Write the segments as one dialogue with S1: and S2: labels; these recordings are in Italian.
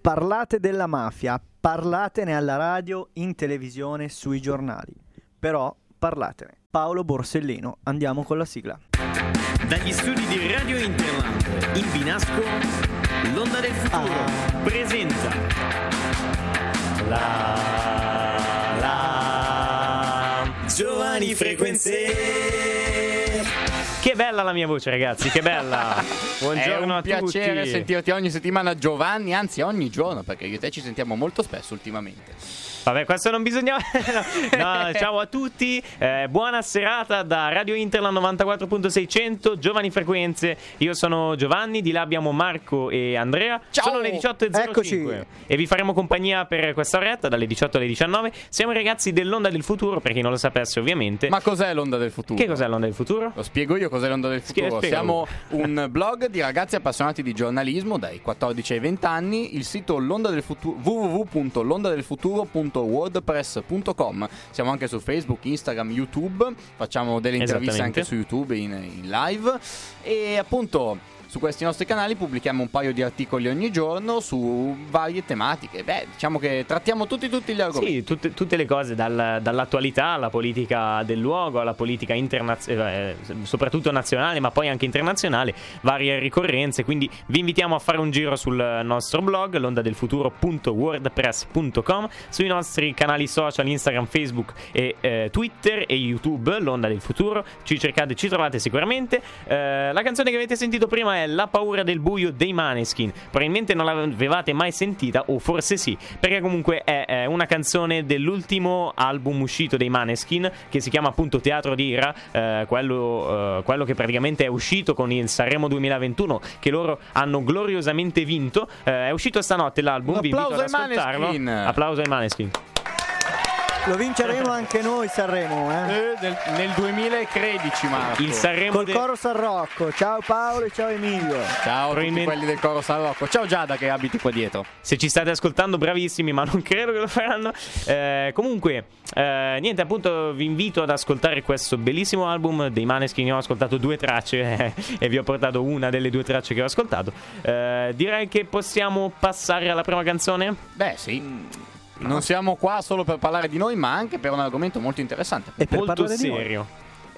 S1: Parlate della mafia, parlatene alla radio, in televisione, sui giornali. Però parlatene. Paolo Borsellino, andiamo con la sigla.
S2: Dagli studi di Radio Interland, in Binasco, l'onda del futuro presenta la la Giovani Frequenze.
S3: Che bella la mia voce, ragazzi, che bella. Buongiorno
S4: è
S3: a
S4: un piacere
S3: tutti.
S4: sentirti ogni settimana Giovanni, anzi ogni giorno, perché io e te ci sentiamo molto spesso ultimamente.
S3: Vabbè, questo non bisognava. no, no, ciao a tutti. eh, buona serata da Radio Interland 94.600, Giovani Frequenze. Io sono Giovanni, di là abbiamo Marco e Andrea.
S4: Ciao.
S3: Sono le 18.05
S1: Eccoci.
S3: e vi faremo compagnia per questa oretta dalle 18 alle 19. Siamo i ragazzi dell'Onda del Futuro, per chi non lo sapesse ovviamente.
S4: Ma cos'è l'onda del futuro?
S3: che cos'è l'Onda del Futuro?
S4: Lo spiego io cos'è l'onda del
S3: Schie-
S4: futuro.
S3: spiega.
S4: Siamo un blog di ragazzi appassionati di giornalismo dai 14 ai 20 anni. Il sito l'onda del futuro www.londadelfuturo.wordpress.com. Siamo anche su Facebook, Instagram, YouTube. Facciamo delle interviste
S3: Esattamente.
S4: anche su YouTube in, in live. E appunto. Su questi nostri canali pubblichiamo un paio di articoli ogni giorno su varie tematiche. Beh, diciamo che trattiamo tutti tutti gli argomenti.
S3: Sì, tutte, tutte le cose, dal- dall'attualità alla politica del luogo, alla politica internazionale, soprattutto nazionale, ma poi anche internazionale, varie ricorrenze. Quindi vi invitiamo a fare un giro sul nostro blog, londadelfuturo.wordpress.com, sui nostri canali social, Instagram, Facebook e eh, Twitter e YouTube, l'onda del futuro. Ci cercate, ci trovate sicuramente. Eh, la canzone che avete sentito prima è La paura del buio dei Maneskin. Probabilmente non l'avevate mai sentita, o forse sì, perché comunque è eh, una canzone dell'ultimo album uscito dei Maneskin che si chiama appunto Teatro di Ira, eh, quello, eh, quello che praticamente è uscito con il Sanremo 2021 che loro hanno gloriosamente vinto. Eh, è uscito stanotte l'album,
S4: Un
S3: vi invito ad
S4: applauso ai
S3: ascoltarlo.
S4: Maneskin.
S3: Applauso ai Maneskin.
S1: Lo vinceremo anche noi Sanremo, eh?
S4: Eh, nel, nel 2013, Marco.
S3: Il Sanremo
S1: Col
S3: de-
S1: coro San Rocco. Ciao Paolo e ciao Emilio.
S4: Ciao a tutti
S3: Probabilmente-
S4: quelli del coro San Rocco. Ciao Giada che abiti qua dietro.
S3: Se ci state ascoltando, bravissimi, ma non credo che lo faranno. Eh, comunque, eh, niente, appunto, vi invito ad ascoltare questo bellissimo album dei Maneskin. Io ho ascoltato due tracce eh, e vi ho portato una delle due tracce che ho ascoltato. Eh, direi che possiamo passare alla prima canzone.
S4: Beh, sì. Mm. Non siamo qua solo per parlare di noi, ma anche per un argomento molto interessante.
S1: E per
S3: molto
S1: parlare di noi.
S3: serio.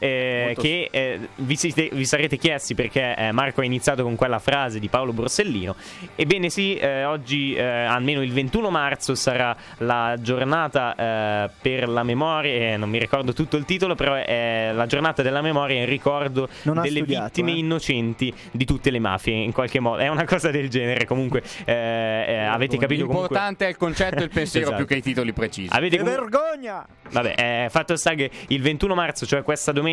S3: eh,
S4: Molto
S3: che eh, vi, siete- vi sarete chiesti perché eh, Marco ha iniziato con quella frase di Paolo Borsellino. Ebbene sì, eh, oggi eh, almeno il 21 marzo sarà la giornata eh, per la memoria, eh, non mi ricordo tutto il titolo, però è la giornata della memoria in ricordo
S1: Non ha
S3: delle
S1: studiato,
S3: vittime
S1: eh.
S3: innocenti di tutte le mafie, in qualche modo. È una cosa del genere comunque. eh, eh, avete capito comunque...
S4: L'importante è il concetto e il pensiero
S3: Esatto.
S4: più che i titoli precisi.
S3: Avete
S1: Che
S3: comu-
S1: vergogna!
S3: Vabbè, eh, fatto sta che il 21 marzo, cioè questa domenica,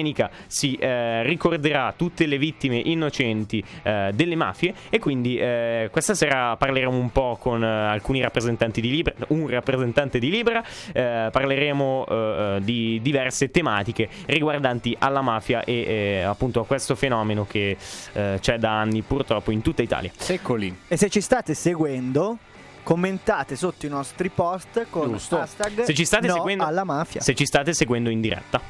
S3: si eh, ricorderà tutte le vittime innocenti eh, delle mafie e quindi eh, questa sera parleremo un po' con eh, alcuni rappresentanti di Libera, un rappresentante di Libera, eh, parleremo eh, di diverse tematiche riguardanti alla mafia e eh, appunto a questo fenomeno che eh, c'è da anni purtroppo in tutta Italia.
S4: Secoli.
S1: E se ci state seguendo, commentate sotto i nostri post con
S4: Giusto.
S1: hashtag
S3: Se ci state
S1: no
S3: seguendo
S1: alla mafia
S3: Se ci state seguendo in diretta,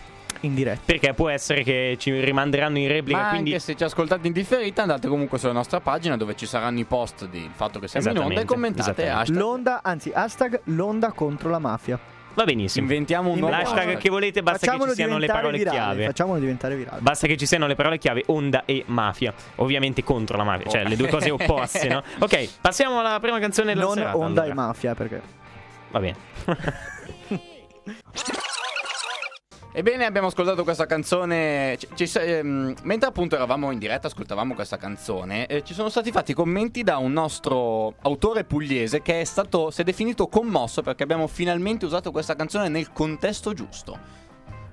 S1: in diretta.
S3: perché può essere che ci rimanderanno in replica,
S4: Ma
S3: quindi
S4: anche se ci ascoltate in differita, andate comunque sulla nostra pagina dove ci saranno i post del fatto che siamo in onda e
S3: Esattamente,
S4: commentate.
S3: esattamente.
S4: Hashtag.
S1: L'onda, anzi, hashtag l'onda contro la mafia.
S3: va benissimo.
S4: Inventiamo un nuovo
S3: L'hashtag
S4: hashtag.
S3: che volete, basta
S1: Facciamolo
S3: che ci siano le
S1: diventare
S3: parole
S1: virale,
S3: chiave.
S1: Facciamolo diventare virale.
S3: Basta che ci siano le parole chiave onda e mafia. Ovviamente contro la mafia, cioè le due cose opposte, no? Ok, passiamo alla prima canzone della
S1: Oh. non
S3: serata.
S1: onda e Eh,
S3: allora.
S1: mafia, perché
S3: Va bene.
S4: Ebbene, abbiamo ascoltato questa canzone. ci- ci- ehm, mentre appunto eravamo in diretta, ascoltavamo questa canzone. eh, ci sono stati fatti commenti da un nostro autore pugliese che è stato, si è definito commosso perché abbiamo finalmente usato questa canzone nel contesto giusto.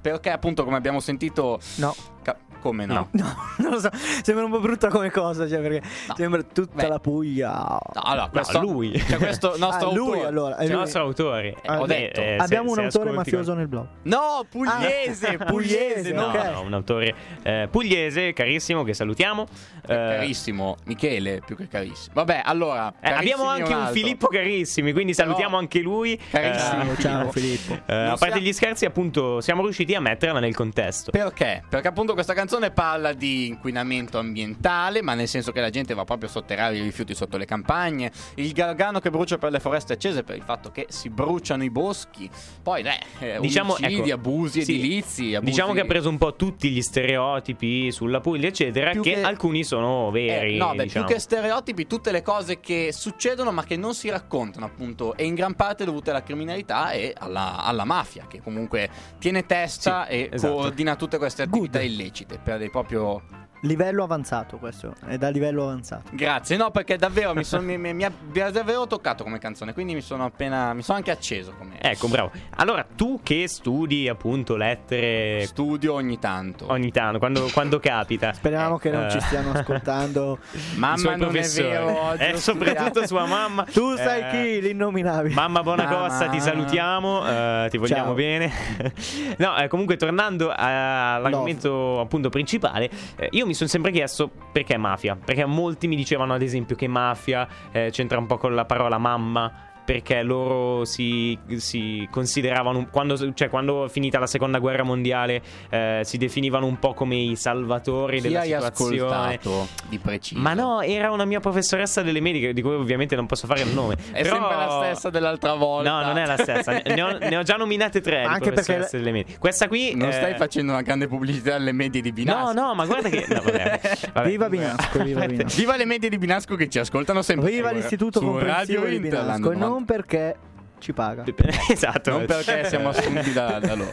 S4: Perché appunto, come abbiamo sentito.
S1: no.
S4: ca- come no?
S3: No.
S1: No, non lo so, sembra un po' brutta come cosa, cioè perché
S4: No.
S1: sembra tutta
S4: Beh.
S1: la Puglia.
S4: No, allora, questo,
S3: lui.
S4: Cioè, questo nostro
S1: Ah, lui
S4: autore. Cioè,
S1: allora, è
S3: Il
S1: lui.
S3: nostro autore. Eh,
S4: Ah,
S3: ho
S4: beh,
S3: detto, eh, se-
S1: Abbiamo un
S3: se
S1: autore
S3: ascolti-
S1: mafioso nel blog.
S4: No, pugliese,
S1: Ah,
S4: pugliese.
S1: pugliese,
S4: no.
S3: Eh, No,
S1: ok.
S3: no, un autore eh, pugliese, carissimo, che salutiamo. Eh,
S4: Carissimo, Michele, più che carissimo. Vabbè, allora.
S3: eh, abbiamo
S4: carissimi
S3: anche un,
S4: altro.
S3: Filippo Carissimi, quindi salutiamo
S4: Però-
S3: anche lui. Ah,
S4: Carissimo.
S1: Ciao, ciao Filippo.
S3: Eh, eh, a
S4: Non
S3: parte
S4: sia-
S3: gli scherzi, appunto, siamo riusciti a metterla nel contesto.
S4: Perché? Perché appunto questa canzone parla di inquinamento ambientale, ma nel senso che la gente va proprio a sotterrare i rifiuti sotto le campagne, il galgano che brucia per le foreste accese per il fatto che si bruciano i boschi. Poi, beh, eh,
S3: Diciamo,
S4: omicidi,
S3: ecco,
S4: abusi
S3: sì.
S4: edilizi, abusi...
S3: Diciamo che ha preso un po' tutti gli stereotipi sulla Puglia, eccetera, che,
S4: Più che-
S3: alcuni sono veri.
S4: Eh, no, beh,
S3: diciamo.
S4: più che stereotipi, tutte le cose che succedono ma che non si raccontano, appunto, e in gran parte dovute alla criminalità e alla, alla mafia, che comunque tiene testa
S3: Sì,
S4: e
S3: esatto.
S4: coordina tutte queste attività
S1: Good.
S4: illecite per dei proprio
S1: Livello avanzato questo, è da livello avanzato.
S4: Grazie, no, perché davvero mi, son- mi- mi- mi ha, mi ha davvero toccato come canzone, quindi mi sono appena. mi sono anche acceso come
S3: Ecco, bravo. Allora, tu che studi appunto lettere
S4: studio ogni tanto.
S3: eh. ogni tanto, quando, quando capita.
S1: Speriamo che non
S3: Eh.
S1: ci stiano ascoltando.
S3: i suoi
S4: Mamma non
S3: professori.
S4: è vero oggi.
S3: Eh,
S4: ho
S3: soprattutto
S4: studiato.
S3: sua mamma.
S1: Tu sai
S3: Eh,
S1: chi l'innominabile.
S3: Mamma Bonacossa,
S4: Mamma.
S3: ti salutiamo, eh, ti vogliamo
S1: Ciao.
S3: bene. no, eh, comunque tornando all'argomento appunto principale, eh, io mi sono sempre chiesto perché mafia, perché molti mi dicevano ad esempio che mafia eh, c'entra un po' con la parola mamma. Perché loro si, si consideravano, un- quando, cioè quando è finita la seconda guerra mondiale, eh, si definivano un po' come i salvatori
S4: Chi
S3: della
S4: hai
S3: situazione.
S4: ascoltato di preciso?
S3: Ma no, era una mia professoressa delle mediche, di cui ovviamente non posso fare il nome.
S4: È sempre la stessa dell'altra volta.
S3: No, non è la stessa. Ne ho, ne ho già nominate
S1: Ma
S3: tre. di
S1: anche perché-
S3: professoresse delle medie. Questa qui.
S4: Non
S3: eh,
S4: stai facendo una grande pubblicità alle medie di
S3: No,
S4: Binasco.
S3: no, ma guarda che. no, vabbè. Vabbè.
S1: Viva Binasco, viva Binasco.
S4: Viva le medie di Binasco che ci ascoltano sempre.
S1: Viva
S3: eh,
S4: su-
S1: l'istituto
S4: su
S1: comprensivo
S4: Radio
S1: di
S4: Interland,
S1: Binasco,
S4: novanta-
S1: non perché ci paga.
S3: Esatto.
S4: Non perché siamo assunti da- da loro.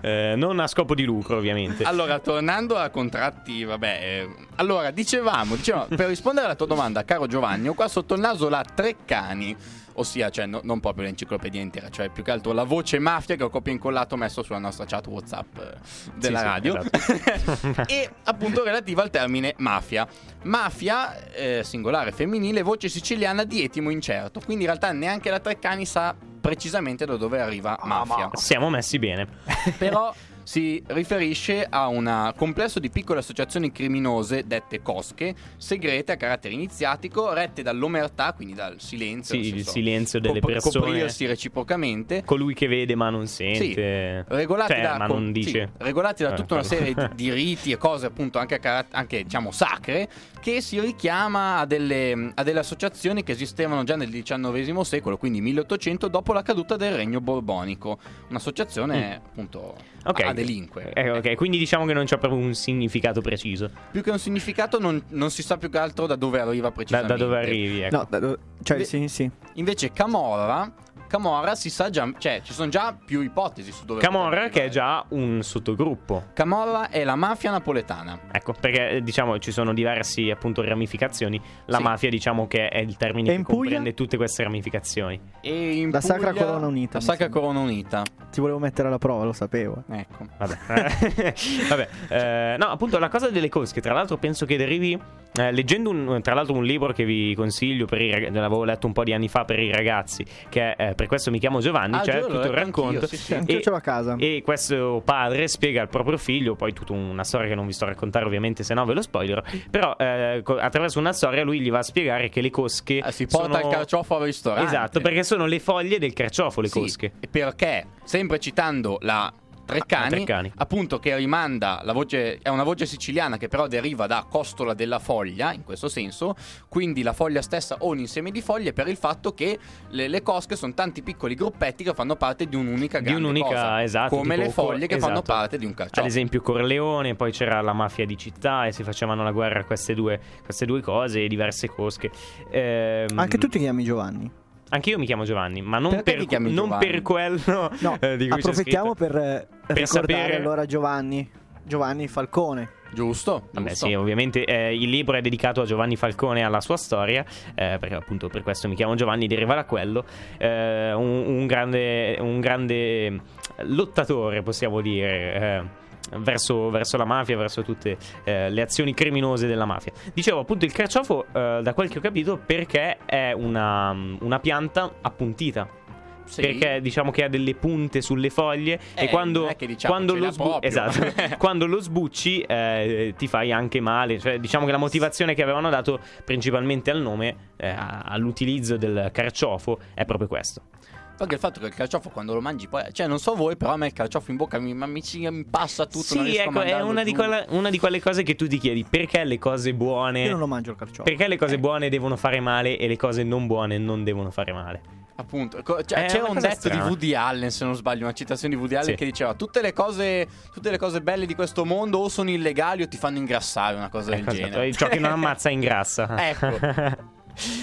S3: Eh, non a scopo di lucro, ovviamente.
S4: Allora, tornando a contratti, vabbè. eh, allora, dicevamo, dicevamo, per rispondere alla tua domanda, caro Giovanni, ho qua sotto il naso la Treccani, ossia, cioè, no- non proprio l'enciclopedia intera, cioè più che altro la voce mafia che ho copia e incollato ho messo sulla nostra chat WhatsApp eh, della
S3: sì, esatto.
S4: radio. e appunto relativa al termine mafia. Mafia, eh, singolare femminile, voce siciliana di etimo incerto. Quindi in realtà neanche la Treccani sa precisamente da dove arriva mafia
S3: Siamo messi bene.
S4: però si riferisce a un complesso di piccole associazioni criminose dette cosche, segrete a carattere iniziatico, rette dall'omertà, quindi dal silenzio,
S3: Sì,
S4: nel
S3: il
S4: senso,
S3: silenzio delle
S4: cop-
S3: persone.
S4: coprirsi reciprocamente.
S3: Colui che vede ma non sente.
S4: Regolati,
S3: Cioè,
S4: da,
S3: ma
S4: con-
S3: non dice.
S4: sì, regolati da
S3: Eh,
S4: tutta una
S3: pardon.
S4: serie di, di riti e cose appunto anche, a carat- anche, diciamo sacre che si richiama a delle, a delle associazioni che esistevano già nel XIX secolo, quindi 1800, dopo la caduta del regno borbonico. Un'associazione appunto
S3: Mm. Ok.
S4: a delinquere.
S3: Eh, ok, quindi diciamo che non c'è proprio un significato preciso.
S4: Più che un significato non, non si sa più che altro da dove arriva
S3: Da,
S4: precisamente.
S3: da dove arrivi, ecco.
S1: No, da- da- cioè
S4: Beh,
S1: sì, sì.
S4: Invece Camorra, Camorra si sa già, cioè ci sono già più ipotesi su dove
S3: Camorra,
S4: potrebbe
S3: che è
S4: arrivare.
S3: già un sottogruppo.
S4: Camorra è la mafia napoletana.
S3: Ecco, perché eh, diciamo ci sono diverse appunto ramificazioni. La
S4: Sì.
S3: mafia, diciamo che è il termine
S1: E
S3: che
S1: in Puglia?
S3: comprende tutte queste ramificazioni.
S4: E in
S1: La Sacra
S4: Puglia-
S1: Corona Unita,
S4: La
S1: mi
S4: Sacra
S1: sembra.
S4: Corona Unita.
S1: Ti volevo mettere alla prova, lo sapevo.
S4: Ecco.
S3: Vabbè, Vabbè. eh, no, appunto la cosa delle cosche, tra l'altro penso che derivi eh, leggendo un, tra l'altro un libro che vi consiglio, per i rag- l'avevo letto un po' di anni fa per i ragazzi, che è eh, Per questo mi chiamo Giovanni,
S4: Ah,
S3: c'è
S4: giuro, l'ho
S3: tutto il
S4: letto anch'io,
S3: racconto.
S4: sì, sì.
S1: Cioè, anch'io
S3: E-
S1: ce l'ho a casa.
S3: E questo padre spiega al proprio figlio, poi tutta una storia che non vi sto a raccontare ovviamente, se no ve lo spoilerò, però eh, co- attraverso una storia lui gli va a spiegare che le cosche...
S4: Ah, si porta
S3: sono-
S4: il carciofo al ristorante.
S3: Esatto, perché sono le foglie del carciofo, le
S4: Sì,
S3: cosche.
S4: Perché, sempre citando la Treccani,
S3: Ah, Treccani.
S4: appunto che rimanda la voce, è una voce siciliana che però deriva da costola della foglia, in questo senso, quindi la foglia stessa o un insieme di foglie per il fatto che le, le cosche sono tanti piccoli gruppetti che fanno parte di un'unica
S3: Di
S4: grande
S3: un'unica,
S4: cosa,
S3: esatto,
S4: come
S3: tipo
S4: le foglie che
S3: cor-
S4: fanno
S3: esatto.
S4: parte di un
S3: Ad
S4: carciofo.
S3: esempio Corleone, poi c'era la mafia di città e si facevano la guerra queste due, queste due cose, diverse cosche. Ehm,
S1: Anche tu ti chiami Giovanni.
S3: anche io mi chiamo Giovanni, ma non,
S4: Perché
S3: per,
S4: ti chiami
S3: non
S4: Giovanni?
S3: per quello
S1: No,
S3: eh, di cui c'è
S1: approfittiamo
S3: scritto.
S1: per, eh, ricordare
S3: sapere-
S1: allora Giovanni. Giovanni Falcone.
S4: Giusto?
S3: Vabbè,
S4: giusto.
S3: sì, ovviamente eh, il libro è dedicato a Giovanni Falcone e alla sua storia, eh, perché appunto per questo mi chiamo Giovanni, deriva da quello. eh, un, un grande, un grande lottatore, possiamo dire. eh, Verso, verso la mafia, verso tutte eh, le azioni criminose della mafia. Dicevo appunto il carciofo, eh, da quel che ho capito, perché è una, una pianta appuntita.
S4: Sì.
S3: perché diciamo che ha delle punte sulle foglie e
S4: Eh,
S3: quando,
S4: non è che diciamo
S3: quando
S4: ce
S3: lo
S4: l'ha
S3: sbu-
S4: proprio.
S3: esatto, quando lo sbucci eh, ti fai anche male, cioè diciamo che la motivazione che avevano dato principalmente al nome, eh, a- all'utilizzo del carciofo è proprio questo.
S4: Anche il fatto che il carciofo quando lo mangi poi... Cioè non so voi però a me il carciofo in bocca mi, ma mi ci impassa tutto non
S3: sì,
S4: riesco a
S3: ecco, è
S4: mandarlo
S3: una di,
S4: giù.
S3: quella- una di quelle cose che tu ti chiedi, perché le cose
S1: Io non
S3: buone
S1: lo mangio il carciofo.
S3: Eh. perché le cose
S4: Eh.
S3: buone devono fare male e le cose non buone non devono fare male?
S4: Appunto, co- cioè,
S3: È
S4: c'era
S3: una
S4: un
S3: cosa
S4: detto
S3: strana.
S4: di Woody Allen, se non sbaglio, una citazione di Woody Allen
S3: Sì.
S4: che diceva tutte le, cose, tutte le cose belle di questo mondo o sono illegali o ti fanno ingrassare, una cosa del
S3: Ecco, esatto,
S4: genere.
S3: e Ciò che non ammazza ingrassa.
S4: Ecco.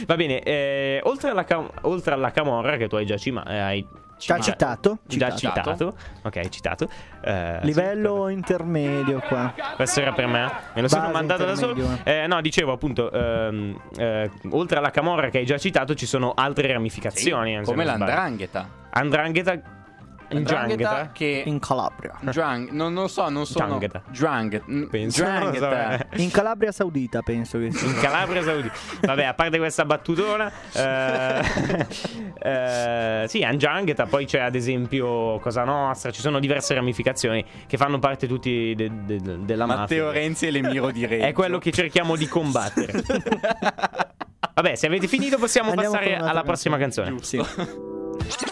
S3: Va bene, eh, oltre, alla cam- oltre alla camorra che tu hai già cima- eh, hai
S1: Ci ha
S3: ma-
S1: citato?
S3: già
S1: Citato.
S3: citato. Ok, hai citato. Eh, sì,
S1: Livello intermedio qua.
S3: questo era per me, me lo sono
S1: Base
S3: mandato da solo.
S1: intermedio,
S3: Eh, no, dicevo appunto, ehm, eh, oltre alla camorra che hai già citato, ci sono altre ramificazioni. se
S4: Come
S3: non sbaglio.
S4: l'andrangheta.
S3: Andrangheta.
S4: L'andrangheta
S3: Ndrangheta?
S4: che...
S1: In Calabria.
S4: Drang, non, non so, non sono...
S3: Drangheta.
S4: Drang. n-
S3: Penso.
S4: Drangheta.
S3: non lo so, eh.
S1: In Calabria Saudita penso che sia.
S3: In Calabria Saudi. Vabbè, a parte questa battutona, eh, eh, sì, Anjangheta, poi c'è ad esempio Cosa Nostra, ci sono diverse ramificazioni che fanno parte tutti de- de- de- della
S4: Matteo
S3: mafia.
S4: Renzi e l'Emiro di Reggio.
S3: È quello che cerchiamo di combattere. Vabbè, se avete finito possiamo
S1: Andiamo
S3: passare
S1: con un'altra
S3: alla prossima canzone.
S4: Giusto.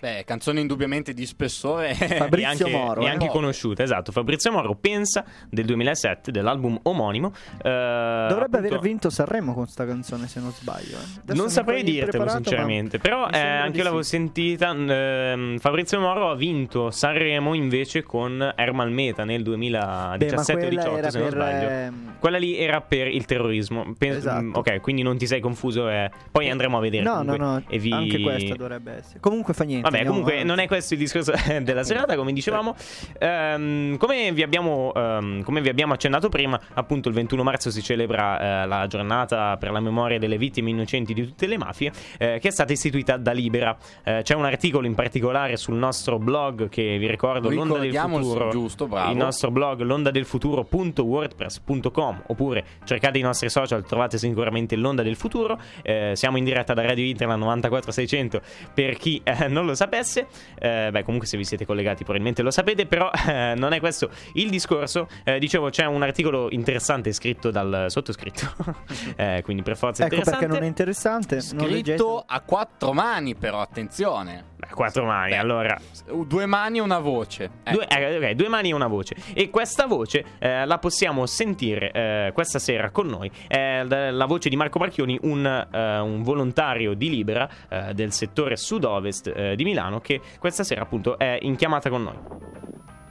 S4: Beh, canzone indubbiamente di spessore.
S1: Fabrizio
S3: E anche,
S1: Moro,
S3: e
S1: eh.
S3: anche conosciuta, esatto. Fabrizio Moro pensa del 2007 dell'album omonimo. eh,
S1: Dovrebbe aver
S3: vinto
S1: vinto Sanremo con sta canzone se non sbaglio. eh. Adesso
S3: non
S1: mi
S3: saprei
S1: fai
S3: dirtelo
S1: impreparato,
S3: sinceramente,
S1: ma
S3: però
S1: mi
S3: eh,
S1: sembra
S3: anche
S1: di
S3: io l'avevo
S1: sì.
S3: sentita. n- ehm, Fabrizio Moro ha vinto Sanremo invece con Ermal Meta nel
S1: Beh, ma
S3: 2017-18 se
S1: quella era
S3: non
S1: per
S3: sbaglio.
S1: ehm,
S3: Quella lì era per il terrorismo. Pen-
S1: Esatto.
S3: mm, Ok, quindi non ti sei confuso. eh. Poi andremo a vedere.
S1: No, no,
S3: comunque,
S1: no,
S3: e vi-
S1: anche questa dovrebbe essere. Comunque fa niente.
S3: Vabbè,
S1: andiamo
S3: comunque
S1: avanti.
S3: non è questo il discorso della serata, come dicevamo. Ehm, come, vi abbiamo, ehm, come vi abbiamo accennato prima, appunto il 21 marzo si celebra eh, la giornata per la memoria delle vittime innocenti di tutte le mafie, eh, che è stata istituita da Libera. Eh, c'è un articolo in particolare sul nostro blog che vi ricordo, l'onda del
S4: Ricordiamo il
S3: futuro.
S4: giusto, bravo.
S3: Il nostro blog londadelfuturo.wordpress.com oppure cercate i nostri social, trovate sicuramente l'onda del futuro. Eh, siamo in diretta da Radio Internet 94600 per chi eh, non lo sapesse. Eh, beh, comunque se vi siete collegati probabilmente lo sapete, però eh, non è questo il discorso. Eh, dicevo, c'è un articolo interessante scritto dal sottoscritto, eh, quindi per forza
S1: Ecco perché
S3: interessante.
S1: non è interessante. non
S4: Scritto
S1: leggete.
S4: a quattro mani, però, attenzione.
S3: Beh, Quattro mani,
S4: Beh,
S3: allora
S4: Due mani e una voce. Eh,
S3: Due, eh, ok, due mani e una voce. E questa voce eh, la possiamo sentire eh, questa sera con noi. È l- la voce di Marco Marchioni, un, eh, un volontario di Libera eh, del settore sud-ovest eh, di Milano, che questa sera appunto è in chiamata con noi.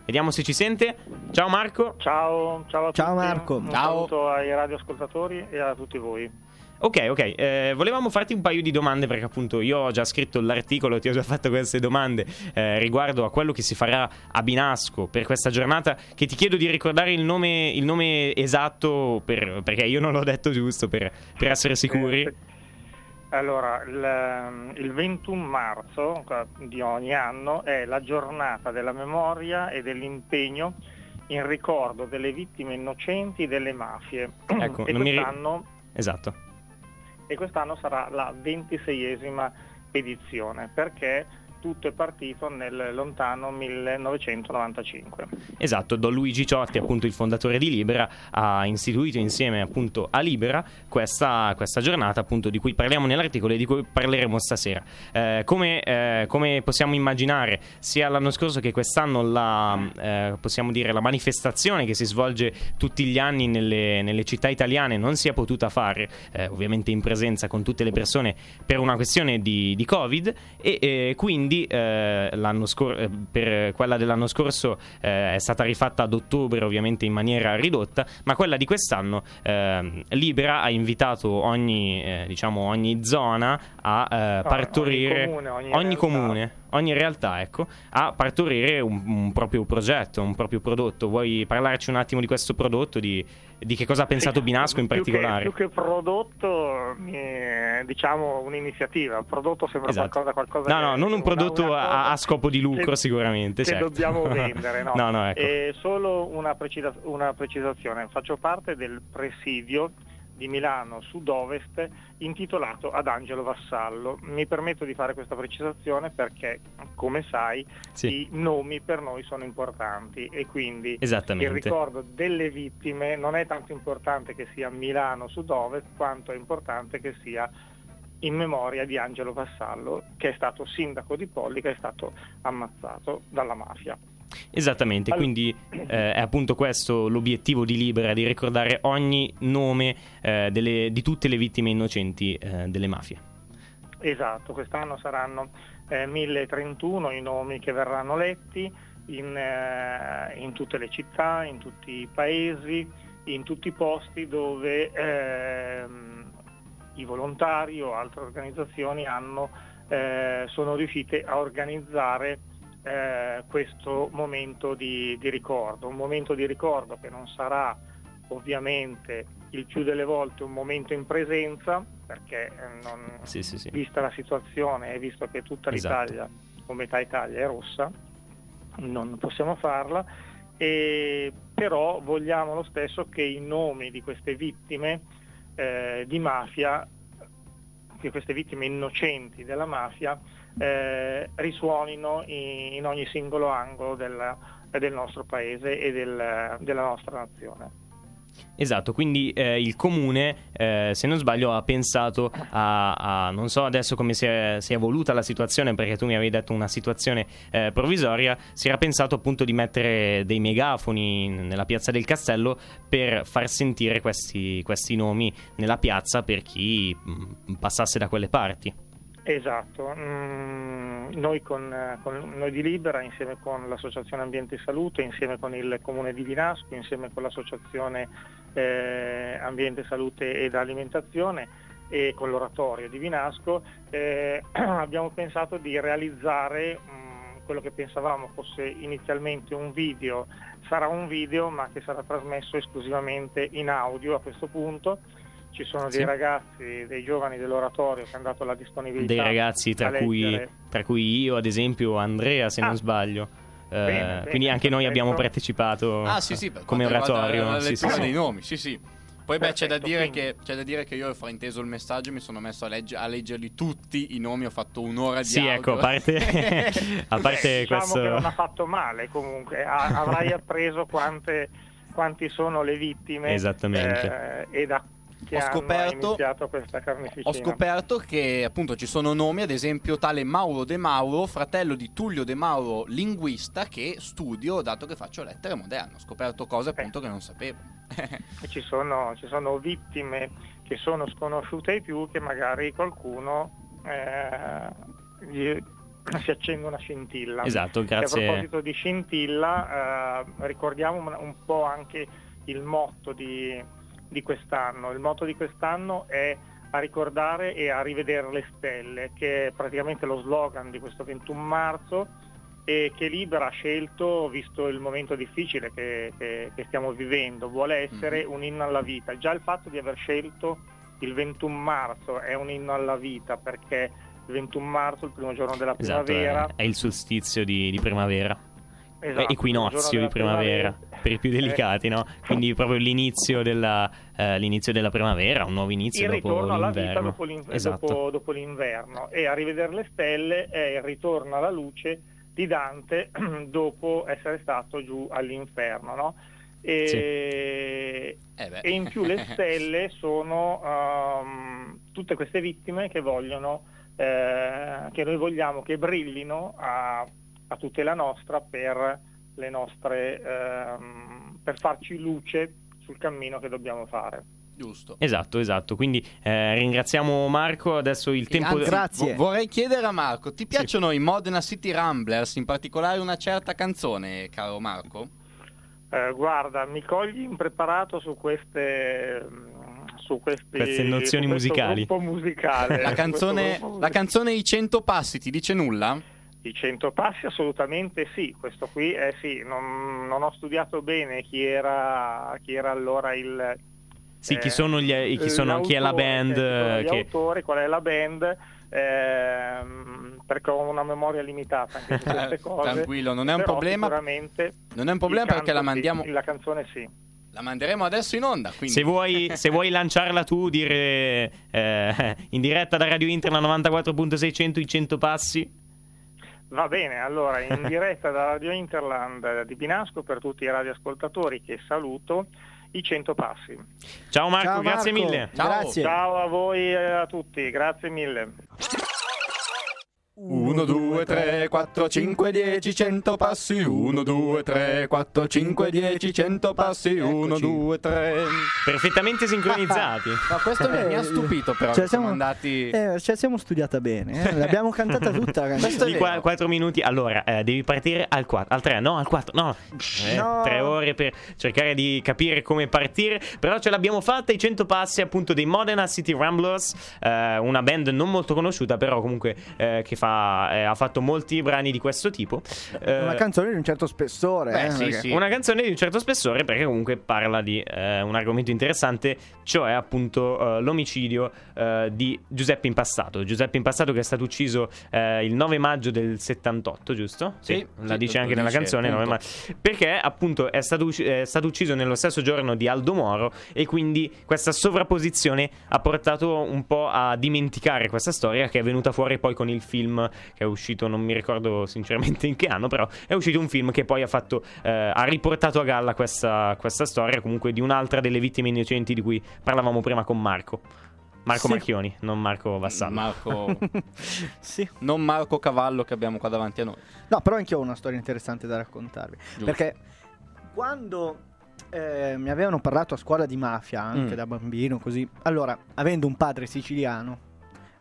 S3: Vediamo se ci sente. Ciao Marco.
S5: Ciao, ciao a
S1: Ciao,
S5: tutti.
S1: Marco.
S5: Un
S4: Ciao.
S5: saluto ai radioascoltatori e a tutti voi.
S3: Ok, ok, eh, volevamo farti un paio di domande perché appunto io ho già scritto l'articolo, ti ho già fatto queste domande eh, riguardo a quello che si farà a Binasco per questa giornata, che ti chiedo di ricordare il nome, il nome esatto per- perché io non l'ho detto giusto per, per essere
S5: Eh,
S3: sicuri.
S5: Allora, il, il 21 marzo di ogni anno è la giornata della memoria e dell'impegno in ricordo delle vittime innocenti delle mafie.
S3: Ecco,
S5: e,
S3: non mi ri-
S5: quest'anno,
S3: Esatto.
S5: e quest'anno sarà la 26esima edizione perché tutto è partito nel lontano 1995.
S3: Esatto, Don Luigi Ciotti, appunto il fondatore di Libera, ha istituito insieme appunto a Libera questa, questa giornata appunto di cui parliamo nell'articolo e di cui parleremo stasera. Eh, come, eh, come possiamo immaginare, sia l'anno scorso che quest'anno la, eh, possiamo dire, la manifestazione che si svolge tutti gli anni nelle, nelle città italiane non si è potuta fare, eh, ovviamente in presenza con tutte le persone per una questione di, di Covid e eh, quindi eh, l'anno scor- eh, per quella dell'anno scorso eh, è stata rifatta ad ottobre ovviamente in maniera ridotta, ma quella di quest'anno ehm, Libera ha invitato ogni, eh, diciamo, ogni zona a eh, partorire
S5: ogni Ah, comune, ogni
S3: ogni
S5: realtà.
S3: comune, ogni realtà, ecco, a partorire un, un proprio progetto, un proprio prodotto. Vuoi parlarci un attimo di questo prodotto, di, di che cosa ha pensato
S5: Sì,
S3: Binasco in
S5: più che-
S3: particolare?
S5: Più che, prodotto, eh, diciamo un'iniziativa. Il prodotto sembra
S3: Esatto.
S5: qualcosa, qualcosa.
S3: No,
S5: che-
S3: no, non un
S5: una-
S3: prodotto
S5: una
S3: a-
S5: cosa
S3: a scopo di lucro,
S5: che-
S3: sicuramente,
S5: Che
S3: certo.
S5: dobbiamo vendere, no?
S3: No, no, ecco.
S5: Eh, solo una, precisa- una precisazione. Faccio parte del presidio di Milano sud-ovest intitolato ad Angelo Vassallo. Mi permetto di fare questa precisazione perché, come sai,
S3: Sì.
S5: i nomi per noi sono importanti e quindi il
S3: Esattamente.
S5: ricordo delle vittime non è tanto importante che sia Milano sud-ovest quanto è importante che sia in memoria di Angelo Vassallo, che è stato sindaco di Polli, che è stato ammazzato dalla mafia.
S3: Esattamente,
S5: Allora-
S3: quindi eh, è appunto questo l'obiettivo di Libera, di ricordare ogni nome eh, delle- di tutte le vittime innocenti eh, delle mafie.
S5: Esatto, quest'anno saranno eh, 1031 i nomi che verranno letti in, eh, in tutte le città, in tutti i paesi, in tutti i posti dove ehm, i volontari o altre organizzazioni hanno, eh, sono riuscite a organizzare eh, questo momento di, di ricordo, un momento di ricordo che non sarà ovviamente il più delle volte un momento in presenza perché eh, non,
S3: Sì, sì, sì.
S5: vista la situazione e visto che tutta
S3: Esatto.
S5: l'Italia o metà Italia è rossa, non possiamo farla, e però vogliamo lo stesso che i nomi di queste vittime eh, di mafia, di queste vittime innocenti della mafia, eh, risuonino in, in ogni singolo angolo della- del nostro paese e del- della nostra nazione.
S3: Esatto, quindi eh, il comune, eh, se non sbaglio, ha pensato a, a- non so adesso come si è, si è evoluta la situazione, perché tu mi avevi detto una situazione eh, provvisoria, si era pensato appunto di mettere dei megafoni in- nella piazza del castello per far sentire questi, questi nomi nella piazza per chi mh, passasse da quelle parti.
S5: Esatto, Mm, noi, con, eh, con- noi di Libera insieme con l'Associazione Ambiente e Salute, insieme con il Comune di Vinasco, insieme con l'Associazione eh, Ambiente, Salute ed Alimentazione e con l'Oratorio di Vinasco eh, abbiamo pensato di realizzare mm, quello che pensavamo fosse inizialmente un video, sarà un video ma che sarà trasmesso esclusivamente in audio a questo punto. Ci sono
S3: Sì.
S5: dei ragazzi, dei giovani dell'oratorio che hanno dato la disponibilità
S3: Dei ragazzi, tra
S5: a
S3: cui,
S5: leggere.
S3: tra cui io, ad esempio, Andrea, se
S5: Ah.
S3: non sbaglio. Eh,
S5: Bene,
S3: quindi
S5: bene,
S3: anche noi abbiamo
S5: perfetto.
S3: partecipato
S4: Ah, sì, sì, per
S3: come
S4: quanto riguarda
S3: oratorio.
S4: La, la
S3: sì, sì,
S4: lettura
S3: sì.
S4: dei nomi, sì, sì. Poi beh, c'è, da
S5: Perfetto,
S4: dire
S5: quindi.
S4: che, c'è da dire che io ho frainteso il messaggio, mi sono messo a, legge- a leggerli tutti i nomi, ho fatto un'ora di
S3: Sì,
S4: audio.
S3: ecco, a parte, a
S5: Beh,
S3: parte
S5: diciamo
S3: questo...
S5: che non ha fatto male comunque, A- avrai appreso quante, quanti sono le vittime
S3: Esattamente.
S5: eh, e da che
S4: Ho
S5: hanno
S4: scoperto-
S5: iniziato questa carneficina.
S4: Ho scoperto che appunto ci sono nomi, ad esempio tale Mauro De Mauro, fratello di Tullio De Mauro, linguista, che studio dato che faccio lettere moderne. Ho scoperto cose appunto che non sapevo.
S5: E ci, sono, ci sono vittime che sono sconosciute ai più che magari qualcuno eh, gli- si accende una scintilla.
S3: Esatto,
S5: E a
S3: grazie.
S5: proposito di scintilla, eh, ricordiamo un, un po' anche il motto di, di quest'anno. Il motto di quest'anno è a ricordare e a rivedere le stelle, che è praticamente lo slogan di questo 21 marzo e che Libera ha scelto, visto il momento difficile che, che- che stiamo vivendo, vuole essere
S3: Mhm.
S5: un inno alla vita. Già il fatto di aver scelto il 21 marzo è un inno alla vita perché il 21 marzo, il primo giorno della
S3: Esatto,
S5: primavera,
S3: è, è il solstizio di, di primavera, Eh,
S5: Esatto, il giorno
S3: equinozio di
S5: della
S3: primavera, per i più
S5: Eh,
S3: delicati, no? Quindi proprio l'inizio della, eh, l'inizio della primavera, un nuovo inizio
S5: il
S3: dopo
S5: ritorno alla vita
S3: l'inverno.
S5: dopo, l'in-
S3: Esatto.
S5: dopo- dopo l'inverno e a rivedere le stelle è il ritorno alla luce di Dante dopo essere stato giù all'inferno. no? E,
S4: Eh beh.
S5: e in più le stelle sono ehm, tutte queste vittime che vogliono eh, che noi vogliamo che brillino a, a tutela nostra per le nostre ehm, per farci luce sul cammino che dobbiamo fare
S4: Giusto.
S3: Esatto, esatto. Quindi eh, ringraziamo Marco. Adesso il tempo.
S4: Anzi,
S1: Grazie.
S4: vo- vorrei chiedere a Marco, ti piacciono i Modena City Ramblers, in particolare una certa canzone, caro Marco?
S5: Eh, guarda mi cogli impreparato su queste mm, su questi,
S3: Queste nozioni
S5: su questo
S3: musicali.
S5: gruppo musicale
S4: La
S5: su
S4: canzone,
S5: Eh, questo gruppo
S4: la
S5: musicale.
S4: canzone I 100 passi ti dice nulla?
S5: I 100 passi assolutamente sì, questo qui eh sì, non, non ho studiato bene chi era, chi era allora il...
S3: Sì, chi
S5: eh,
S3: sono gli- chi sono- chi è la
S5: l'autore,
S3: band, eh,
S5: cioè, chi sono gli
S3: che-
S5: autori, qual è la band, ehm, perché ho una memoria limitata anche su queste cose.
S4: Eh, Tranquillo, non è un
S5: però
S4: problema.
S5: Sicuramente
S4: Non è un problema
S5: il
S4: perché la
S5: canto sì,
S4: mandiamo,
S5: la canzone sì.
S4: La manderemo adesso in onda. Quindi.
S3: Se vuoi, se vuoi lanciarla tu, dire eh, in diretta da Radio Inter la 94.600 i 100 passi.
S5: Va bene, allora in diretta da Radio Interland eh, di Binasco per tutti i radioascoltatori che saluto i 100 passi.
S3: Ciao Marco,
S1: Ciao,
S3: grazie
S1: Marco.
S3: mille.
S4: Ciao.
S1: Grazie.
S5: Ciao a voi e a tutti, grazie mille.
S4: 1, 2, 3, 4, 5, 10, 100 passi. 1, 2, 3, 4, 5, 10, 100 passi. 1,
S1: Eccoci.
S4: 2, 3.
S3: Perfettamente sincronizzati.
S4: No, questo mi, mi ha
S1: Eh,
S4: stupito però.
S1: ce
S4: che
S1: la
S4: siamo
S1: siamo
S4: andati.
S1: Eh, ce la siamo studiata bene, eh. l'abbiamo cantata tutta, ragazzi.
S4: Questo è
S3: Di
S4: vero.
S3: 4 minuti. Allora, eh, devi partire al 4, al 3, no, al 4, no. Eh,
S1: No.
S3: Tre ore per cercare di capire come partire. Però ce l'abbiamo fatta. I 100 passi, appunto, dei Modena City Ramblers. eh, una band non molto conosciuta, però comunque eh, che fa, eh, ha fatto molti brani di questo tipo. Eh,
S1: Una canzone di un certo spessore,
S4: Beh,
S1: eh,
S4: sì,
S1: perché-
S4: sì.
S3: Una canzone di un certo spessore perché comunque parla di eh, un argomento interessante, cioè appunto eh, l'omicidio eh, di Giuseppe Impastato. Giuseppe Impastato che è stato ucciso eh, il 9 maggio del 78, giusto?
S4: Sì,
S3: la
S4: sì,
S3: dice
S4: lo
S3: anche nella
S4: dice,
S3: canzone, 9
S4: appunto.
S3: maggio. Perché appunto è stato, ucci- è stato ucciso nello stesso giorno di Aldo Moro e quindi questa sovrapposizione ha portato un po' a dimenticare questa storia che è venuta fuori poi con il film che è uscito, non mi ricordo sinceramente in che anno, però è uscito un film che poi ha fatto, eh, ha riportato a galla questa, questa storia comunque di un'altra delle vittime innocenti di cui parlavamo prima con Marco. Marco
S1: Sì.
S3: Marchioni, non Marco Vassallo.
S4: Marco,
S1: Sì.
S4: non Marco Cavallo che abbiamo qua davanti a noi.
S1: No, però anch'io ho una storia interessante da raccontarvi.
S4: Giusto.
S1: Perché quando eh, mi avevano parlato a scuola di mafia, anche
S4: Mm.
S1: da bambino, così. Allora, avendo un padre siciliano,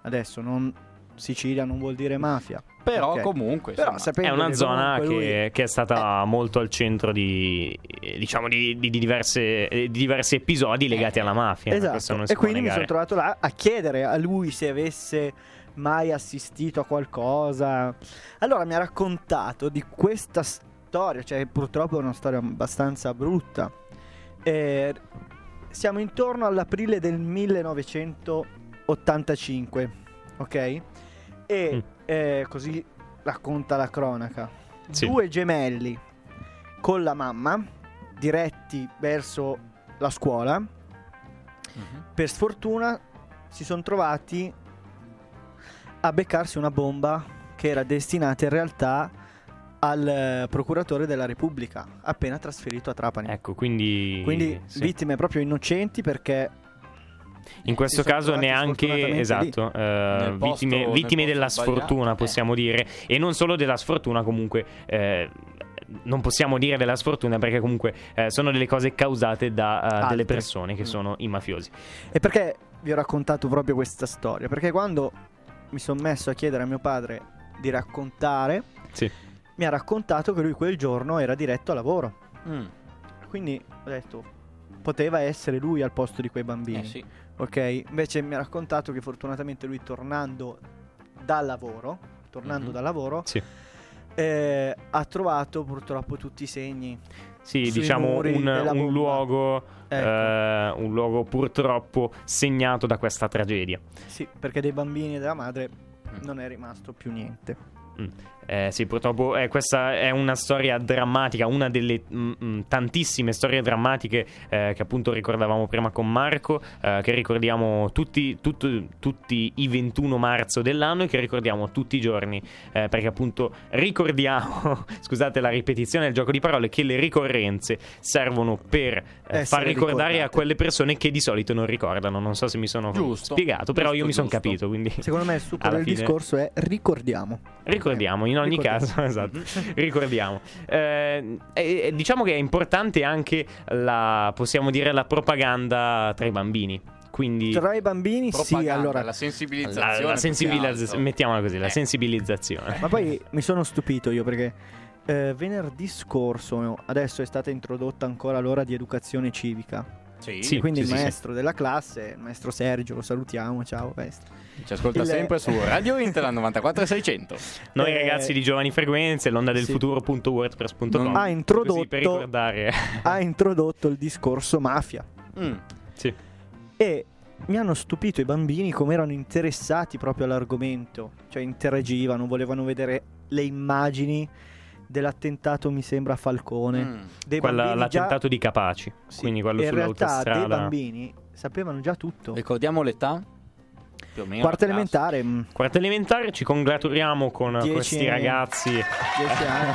S1: adesso non Sicilia non vuol dire mafia.
S4: Però
S1: ok?
S4: comunque.
S1: Però
S4: insomma,
S1: sapendo
S3: È una
S1: che
S3: zona
S1: comunque lui- Eh.
S3: che, che è stata molto al centro di, eh, diciamo, di, di- di diverse- eh, di diversi episodi legati alla mafia. Questo
S1: Eh. Esatto.
S3: non si
S1: E
S3: può
S1: quindi mi sono
S3: negare.
S1: trovato là a chiedere a lui se avesse mai assistito a qualcosa. Allora mi ha raccontato di questa storia, cioè purtroppo è una storia abbastanza brutta. Eh, siamo intorno all'aprile del 1985, ok? E
S3: Mm.
S1: eh, così racconta la cronaca.
S3: Sì.
S1: Due gemelli con la mamma diretti verso la scuola
S4: Mhm.
S1: per sfortuna si sono trovati a beccarsi una bomba che era destinata in realtà al eh, procuratore della Repubblica, appena trasferito a Trapani.
S3: Ecco, quindi,
S1: Quindi
S3: sì.
S1: vittime proprio innocenti perché
S3: in
S1: si
S3: questo
S1: sono
S3: caso
S1: trovati
S3: neanche
S1: Esatto, sfortunatamente
S3: esatto, eh,
S4: Nel posto-
S3: vittime,
S4: nel
S3: vittime
S4: posto
S3: della
S4: sbagliato,
S3: sfortuna
S4: eh.
S3: possiamo dire e non solo della sfortuna comunque eh, non possiamo dire della sfortuna perché comunque eh, sono delle cose causate da eh,
S1: Altre.
S3: delle persone che
S1: Mm.
S3: sono i mafiosi.
S1: E perché vi ho raccontato proprio questa storia? Perché quando mi sono messo a chiedere a mio padre di raccontare,
S3: Sì.
S1: mi ha raccontato che lui quel giorno era diretto a lavoro.
S4: Mm.
S1: Quindi ho detto, poteva essere lui al posto di quei bambini.
S4: Eh sì.
S1: Ok, invece mi ha raccontato che fortunatamente lui tornando dal lavoro, tornando
S4: Mhm.
S1: dal lavoro,
S3: Sì.
S1: eh, ha trovato purtroppo tutti i segni.
S3: Sì,
S1: Sui
S3: diciamo
S1: muri
S3: un,
S1: della
S3: un
S1: bomba.
S3: luogo
S1: Ecco.
S3: eh, un luogo purtroppo segnato da questa tragedia.
S1: Sì, perché dei bambini e della madre
S4: Mm.
S1: non è rimasto più niente.
S3: Eh, sì, purtroppo eh, questa è una storia drammatica, una delle mm, mm, tantissime storie drammatiche eh, che appunto ricordavamo prima con Marco, eh, che ricordiamo tutti, tutto- tutti i 21 marzo dell'anno e che ricordiamo tutti i giorni, eh, perché appunto ricordiamo, scusate la ripetizione, il gioco di parole, che le ricorrenze servono per eh, far
S1: Essere
S3: ricordare a
S1: ricordate.
S3: quelle persone che di solito non ricordano. Non so se mi sono
S4: Giusto.
S3: spiegato, però
S4: Giusto,
S3: io mi sono
S4: giusto.
S3: capito, quindi
S1: Secondo me il super
S3: Alla
S1: del
S3: fine-
S1: discorso è ricordiamo.
S3: Ricordiamo, in ogni
S1: Ricordiamo.
S3: caso, esatto,
S4: Mm-hmm.
S3: ricordiamo. Eh, e- e diciamo che è importante anche la, possiamo dire, la propaganda tra i bambini. Quindi
S1: Tra i bambini sì,
S4: Propaganda,
S1: allora...
S4: la sensibilizzazione.
S3: la,
S4: più che altro.
S3: sensibilizzazione, mettiamola così, la
S4: Eh.
S3: sensibilizzazione.
S1: Ma poi mi sono stupito io perché eh, venerdì scorso, adesso è stata introdotta ancora l'ora di educazione civica.
S4: Sì,
S3: Sì,
S1: Quindi
S3: sì,
S1: il
S3: sì,
S1: maestro della classe, il maestro Sergio, lo salutiamo, ciao maestro.
S4: Ci ascolta
S1: Il-
S4: sempre su Radio Inter al 94600.
S3: Noi
S1: Eh,
S3: ragazzi di Giovani Frequenze, l'onda del
S1: sì.
S3: futuro.wordpress.com.
S4: Non-
S1: Ha
S3: Così per
S1: introdotto
S3: ricordare. eh,
S1: ha introdotto il discorso mafia
S4: Mm.
S3: sì.
S1: e mi hanno stupito i bambini come erano interessati proprio all'argomento, cioè interagivano, volevano vedere le immagini dell'attentato, mi sembra, a Falcone.
S4: Mm.
S1: Dei
S3: Quella-
S1: bambini già-
S3: l'attentato di Capaci.
S1: sì,
S3: Quindi quello
S1: in realtà dei
S3: sull'autostrada.
S1: bambini sapevano già tutto.
S4: Ricordiamo l'età? Più o meno.
S1: Quarta
S4: Ah,
S1: elementare, mh,
S3: Quarta elementare, ci congratuliamo con
S1: Dieci
S3: questi
S1: anni.
S3: ragazzi.
S1: 10 anni.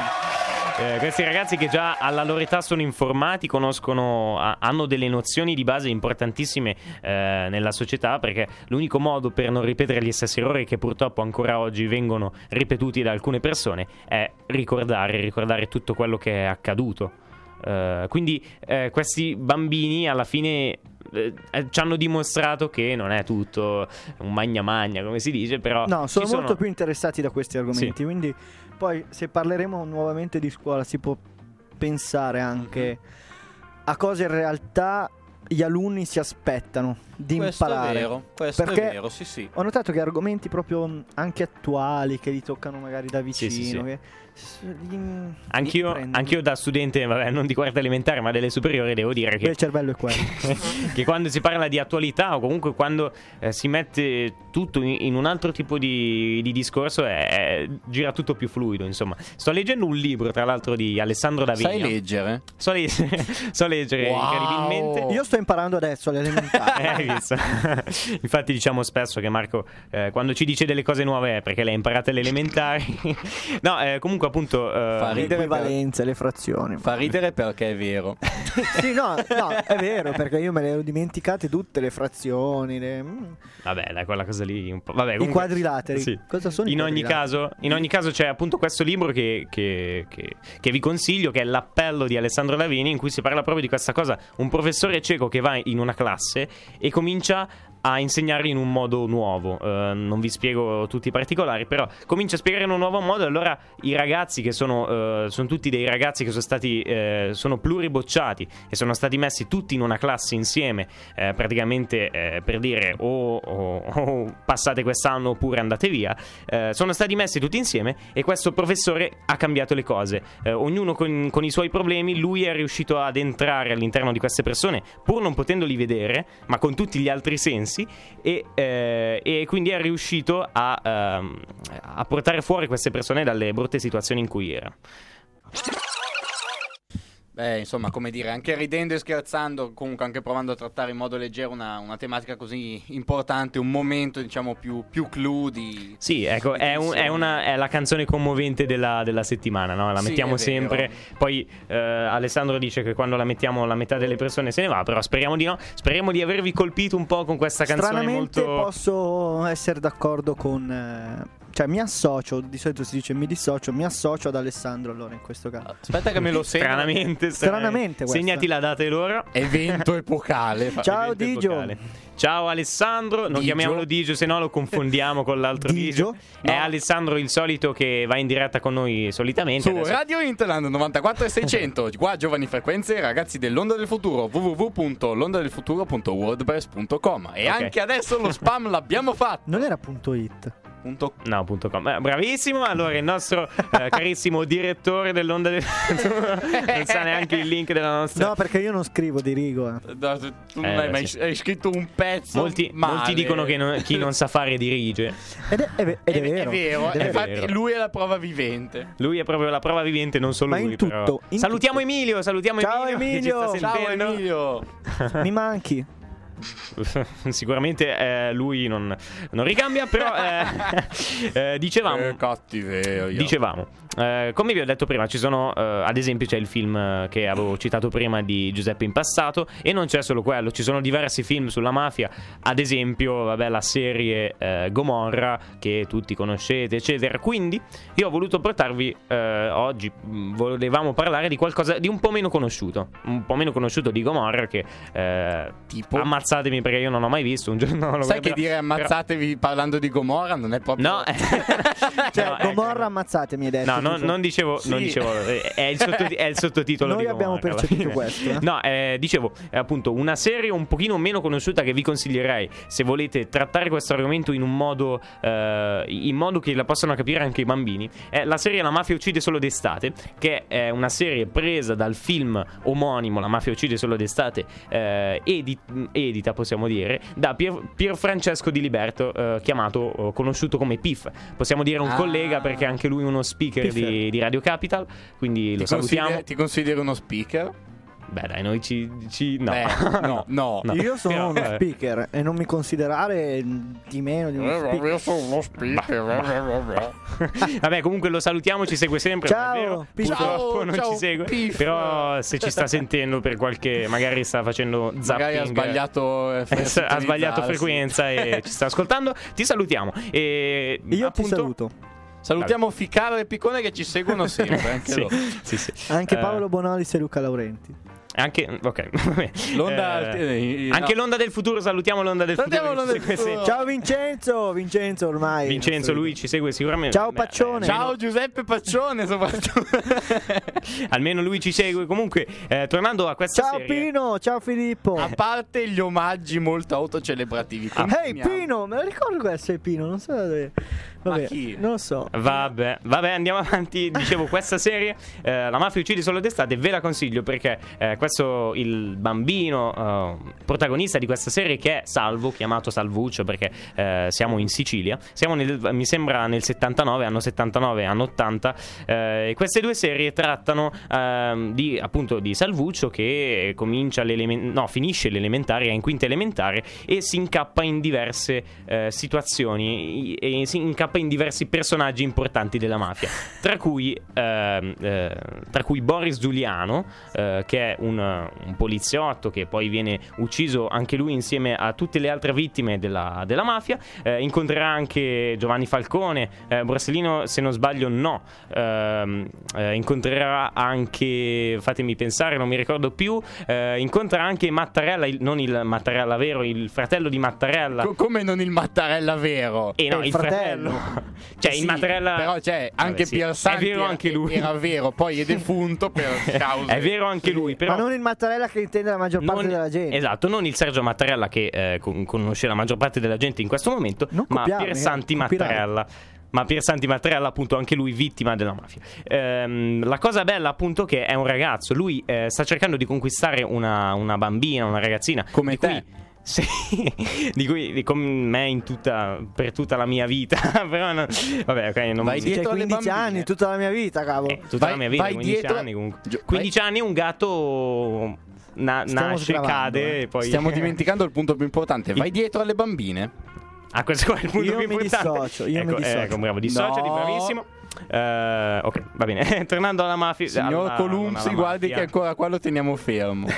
S3: Eh, questi ragazzi che già alla loro età sono informati, conoscono, ha- hanno delle nozioni di base importantissime eh, nella società perché l'unico modo per non ripetere gli stessi errori che purtroppo ancora oggi vengono ripetuti da alcune persone è ricordare, ricordare tutto quello che è accaduto. Eh, quindi eh, questi bambini alla fine eh, eh, ci hanno dimostrato che non è tutto un magna magna come si dice, però
S1: No,
S3: ci
S1: sono molto più interessati da questi argomenti.
S3: Sì.
S1: Quindi, poi se parleremo nuovamente di scuola, si può pensare anche a cose in realtà gli alunni si aspettano di
S4: Questo
S1: imparare.
S4: è vero, questo
S1: Perché-
S4: è vero, sì sì.
S1: Ho notato che argomenti proprio mh, anche attuali che li toccano magari da
S3: Sì,
S1: vicino.
S3: sì, sì.
S1: che s- li- li
S3: Anch'io,
S1: prendono.
S3: anch'io da studente, vabbè, non di quarta elementare, ma delle superiori, devo dire
S1: Beh,
S3: che
S1: il cervello è quello.
S4: certo.
S3: che quando si parla di attualità o comunque quando eh, si mette tutto in, in un altro tipo di, di discorso è- è- gira tutto più fluido insomma sto leggendo un libro tra l'altro di Alessandro
S4: Sai
S3: Davigno
S4: leggere?
S3: so, le- so leggere
S4: Wow.
S3: incredibilmente
S1: Io sto imparando adesso alle elementari.
S3: Oh. Eh, hai visto? Infatti diciamo spesso che Marco eh, quando ci dice delle cose nuove è perché le ha imparate alle elementari. no, eh, comunque appunto... eh,
S4: Fa
S1: le
S4: ridere, per-
S1: equivalenze, le frazioni.
S4: fa ridere perché è vero.
S1: sì, no, no, è vero, perché io me le ero dimenticate tutte le frazioni, le- mm,
S3: Vabbè, dai, quella cosa lì un po'. Vabbè,
S1: i
S3: Eh, comunque-
S1: quadrilateri.
S3: Sì.
S1: Cosa sono i
S3: In ogni,
S1: quadrilateri?
S3: caso, in ogni caso c'è appunto questo libro che, che- che- che vi consiglio, che è l'appello di Alessandro Lavini, in cui si parla proprio di questa cosa. Un professore cieco che va in una classe e comincia a insegnare in un modo nuovo. Eh, non vi spiego tutti i particolari, però comincia a spiegare in un nuovo modo. e Allora i ragazzi che sono, eh, sono tutti dei ragazzi che sono stati, eh, sono pluribocciati e sono stati messi tutti in una classe insieme eh, praticamente eh, per dire o, o- o passate quest'anno oppure andate via, eh, sono stati messi tutti insieme e questo professore ha cambiato le cose. Eh, ognuno con, con i suoi problemi, lui è riuscito ad entrare all'interno di queste persone pur non potendoli vedere, ma con tutti gli altri sensi e, eh, e quindi è riuscito a, ehm, a portare fuori queste persone dalle brutte situazioni in cui erano.
S4: Beh, insomma, come dire, anche ridendo e scherzando, comunque anche provando a trattare in modo leggero una, una tematica così importante, un momento, diciamo, più, più clou di...
S3: Sì, ecco,
S4: di
S3: è, un- è
S4: tensione.
S3: una- è la canzone commovente della, della settimana, no? La
S4: Sì,
S3: mettiamo
S4: è vero.
S3: sempre. Poi eh, Alessandro dice che quando la mettiamo la metà delle persone se ne va, però speriamo di no. Speriamo di avervi colpito un po' con questa canzone
S1: Stranamente
S3: molto...
S1: posso essere d'accordo con eh, cioè mi associo, di solito si dice mi dissocio, mi associo ad Alessandro allora in questo
S3: Ah.
S1: caso.
S4: Aspetta che me lo segno.
S3: Stranamente,
S1: Stranamente questa.
S3: Segnati la data e l'ora.
S4: Evento epocale.
S3: Cioè,
S4: fa-
S1: Ciao
S3: Evento
S1: Digio.
S3: epocale. Ciao Alessandro, non
S4: Digio.
S3: chiamiamolo Digio, se no lo confondiamo con l'altro Digio.
S1: Digio?
S3: È
S1: No.
S3: Alessandro il solito che va in diretta con noi solitamente.
S4: Su
S3: adesso-
S4: Radio Interland 94 e 600, qua Giovani Frequenze, ragazzi dell'Onda del Futuro, www.londadelfuturo.wordpress.com. E
S3: Ok.
S4: anche adesso lo spam l'abbiamo fatto.
S1: Non era punto it.
S4: Punto
S3: No, punto com. Eh, bravissimo. Allora, il nostro eh, carissimo direttore dell'onda del non sa neanche il link della nostra.
S1: No, perché io non scrivo di rigo. eh.
S4: Da- tu non
S3: Eh,
S4: hai
S3: beh,
S4: mai
S3: sì.
S4: hai scritto un pezzo.
S3: Molti,
S4: male.
S3: molti dicono che non- chi non sa fare dirige.
S1: Ed è, è ve- ed è
S4: Ed
S1: vero. ed
S3: Eh, è
S1: è
S4: infatti
S3: vero.
S4: lui è la prova vivente.
S3: Lui è proprio la prova vivente, non solo
S1: Ma in
S3: lui. però.
S1: tutto, in
S3: salutiamo
S1: tutto.
S3: Emilio. Salutiamo
S1: Ciao,
S3: Emilio. che ci sta
S4: Ciao
S3: sentendo.
S4: Emilio.
S1: vero. Mi manchi.
S3: Eh, Sicuramente eh, lui non, non ricambia, però eh, eh, dicevamo.
S4: Eh, cattiveria.
S3: Dicevamo, eh, come vi ho detto prima, ci sono, eh, ad esempio, c'è il film eh, che avevo citato prima di Giuseppe in passato e non c'è solo quello, ci sono diversi film sulla mafia, ad esempio, vabbè, la serie eh, Gomorra che tutti conoscete, eccetera. Quindi io ho voluto portarvi eh, oggi, mh, volevamo parlare di qualcosa di un po' meno conosciuto, un po' meno conosciuto di Gomorra che eh,
S4: Tipo?
S3: ammazzatemi perché io non ho mai visto un giorno lo
S4: Sai
S3: guarderò,
S4: che dire
S3: però-
S4: ammazzatevi parlando di Gomorra non è proprio
S3: No, eh,
S1: Cioè,
S3: No, ecco.
S1: Gomorra ammazzatemi adesso.
S3: No, non,
S1: tipo.
S3: non dicevo, non
S4: Sì.
S3: dicevo, eh, è, il sotto- è il sottotitolo
S1: Noi
S3: di
S1: abbiamo
S3: Gomorra, alla
S1: percepito
S3: fine.
S1: questo, eh.
S3: No, eh, dicevo, è appunto una serie un pochino meno conosciuta che vi consiglierei se volete trattare questo argomento in un modo eh, in modo che la possano capire anche i bambini. È la serie La mafia uccide solo d'estate, che è una serie presa dal film omonimo La mafia uccide solo d'estate eh, e, di, e di inedita, possiamo dire, da Pier, Pier Francesco Di Liberto, eh, chiamato, eh, conosciuto come PIF. Possiamo dire un
S4: Ah.
S3: collega perché anche lui è uno speaker
S1: Piffer.
S3: di, di Radio Capital, quindi lo
S4: Ti,
S3: salutiamo.
S4: consideri, ti consideri uno speaker?
S3: Beh, dai, noi ci. ci- no.
S4: Beh, no, no.
S3: No.
S1: Io sono
S3: Però,
S1: uno
S3: eh.
S1: speaker e non mi considerare mh, di meno di
S4: Eh,
S1: uno speaker.
S4: Io sono uno speaker.
S3: Vabbè, comunque lo salutiamo, ci segue sempre.
S1: Ciao,
S3: non è vero?
S1: Pif.
S3: Purtroppo
S4: Ciao,
S3: non
S4: ciao,
S3: ci segue.
S4: Pif.
S3: Però se ci sta sentendo per qualche. Magari sta facendo zapping.
S4: Magari ha sbagliato, eh,
S3: Eh, s- ha
S4: utilizzarsi.
S3: sbagliato frequenza e ci sta ascoltando. Ti salutiamo. E,
S1: Io
S3: appunto,
S1: ti saluto.
S4: Salutiamo Ficaro e Piccone che ci seguono sempre. Anche
S3: sì,
S4: loro.
S3: sì, sì.
S1: Anche
S3: Eh,
S1: Paolo Bonolis e Luca Laurenti.
S3: anche, ok, vabbè.
S4: L'onda-
S3: Eh,
S4: eh,
S3: anche
S4: no.
S3: l'onda del futuro, salutiamo l'onda del
S4: Salutiamo
S3: futuro.
S4: l'onda del
S3: Sì, sì.
S4: futuro.
S1: Ciao Vincenzo, Vincenzo ormai.
S3: Vincenzo, lui ci segue sicuramente.
S1: Ciao,
S3: Beh,
S1: Paccione.
S3: almeno-
S4: Ciao Giuseppe Paccione soprattutto.
S3: eh, Almeno lui ci segue. Comunque, eh, tornando a questa
S1: Ciao
S3: serie,
S1: Pino, ciao Filippo.
S3: Ah,
S4: A parte gli omaggi molto autocelebrativi.
S1: Ah, Ehi
S4: continuiamo.
S1: Pino, me lo ricordo questo è Pino, non so da dove. Vabbè,
S4: chi?
S1: non lo so.
S3: Eh, Vabbè, vabbè, andiamo avanti. Dicevo, questa serie, eh, La mafia uccide solo d'estate, ve la consiglio perché eh, questo il bambino eh, protagonista di questa serie che è Salvo, chiamato Salvuccio perché eh, siamo in Sicilia, siamo nel, mi sembra nel 79, anno 79, anno 80, eh, e queste due serie trattano ehm, di, appunto di Salvuccio che comincia l'elemen- no, finisce l'elementare, è in quinta elementare e si incappa in diverse eh, situazioni i- e si incappa in diversi personaggi importanti della mafia, tra cui, ehm, eh, tra cui Boris Giuliano, eh, che è un, un poliziotto che poi viene ucciso anche lui insieme a tutte le altre vittime della, della mafia. Eh, incontrerà anche Giovanni Falcone, eh, Borsellino se non sbaglio no, Ehm, eh, incontrerà anche, fatemi pensare, non mi ricordo più, eh, incontra anche Mattarella, il- non il Mattarella vero, il fratello di Mattarella.
S4: Co- come non il Mattarella vero?
S3: E no,
S1: il
S3: il fratello. Eh, cioè,
S4: Eh Sì,
S3: il Mattarella.
S4: Però cioè,
S3: Vabbè,
S4: anche
S3: sì.
S4: Pier Santi
S3: È vero anche lui.
S4: Era vero, poi è defunto per causa.
S3: È vero anche lui, però.
S1: Ma non il Mattarella che intende la maggior parte
S3: non-
S1: della gente.
S3: Esatto, non il Sergio Mattarella che eh, con- conosce la maggior parte della gente in questo momento,
S1: Non
S3: ma
S1: copiare,
S3: Pier Santi
S1: eh, copyright.
S3: Mattarella. Ma Pier Santi Mattarella, appunto, anche lui vittima della mafia. Ehm, la cosa bella, appunto, che è un ragazzo. Lui eh, sta cercando di conquistare una, una bambina, una ragazzina.
S4: Come
S3: di
S4: te.
S3: cui- sì, di cui di come me in tutta, per tutta la mia vita. Però, no- vabbè, ok, non
S4: Vai
S1: Cioè,
S4: dietro alle
S1: 15 anni,
S4: bambine.
S1: tutta la mia vita, cavolo.
S3: eh, tutta
S4: Vai-
S3: la mia vita,
S4: vai
S3: 15
S4: dietro-
S3: anni comunque.
S4: Gio-
S3: 15 anni un gatto na-
S1: Stiamo
S3: nasce,
S1: sgravando,
S3: cade
S1: eh.
S3: e poi...
S4: Stiamo dimenticando il punto più importante. Vai dietro alle bambine.
S3: Ah, questo qua è il punto
S1: Io
S3: più
S1: mi
S3: importante.
S1: dissocio, io mi
S3: ecco,
S1: dissocio.
S3: ecco, bravo, dissociati,
S4: No.
S3: bravissimo. Eh, ok, va bene. Tornando alla mafia...
S4: Signor
S3: alla- non
S4: Columsi,
S3: alla
S4: guardi che
S3: mafia.
S4: ancora qua lo teniamo fermo.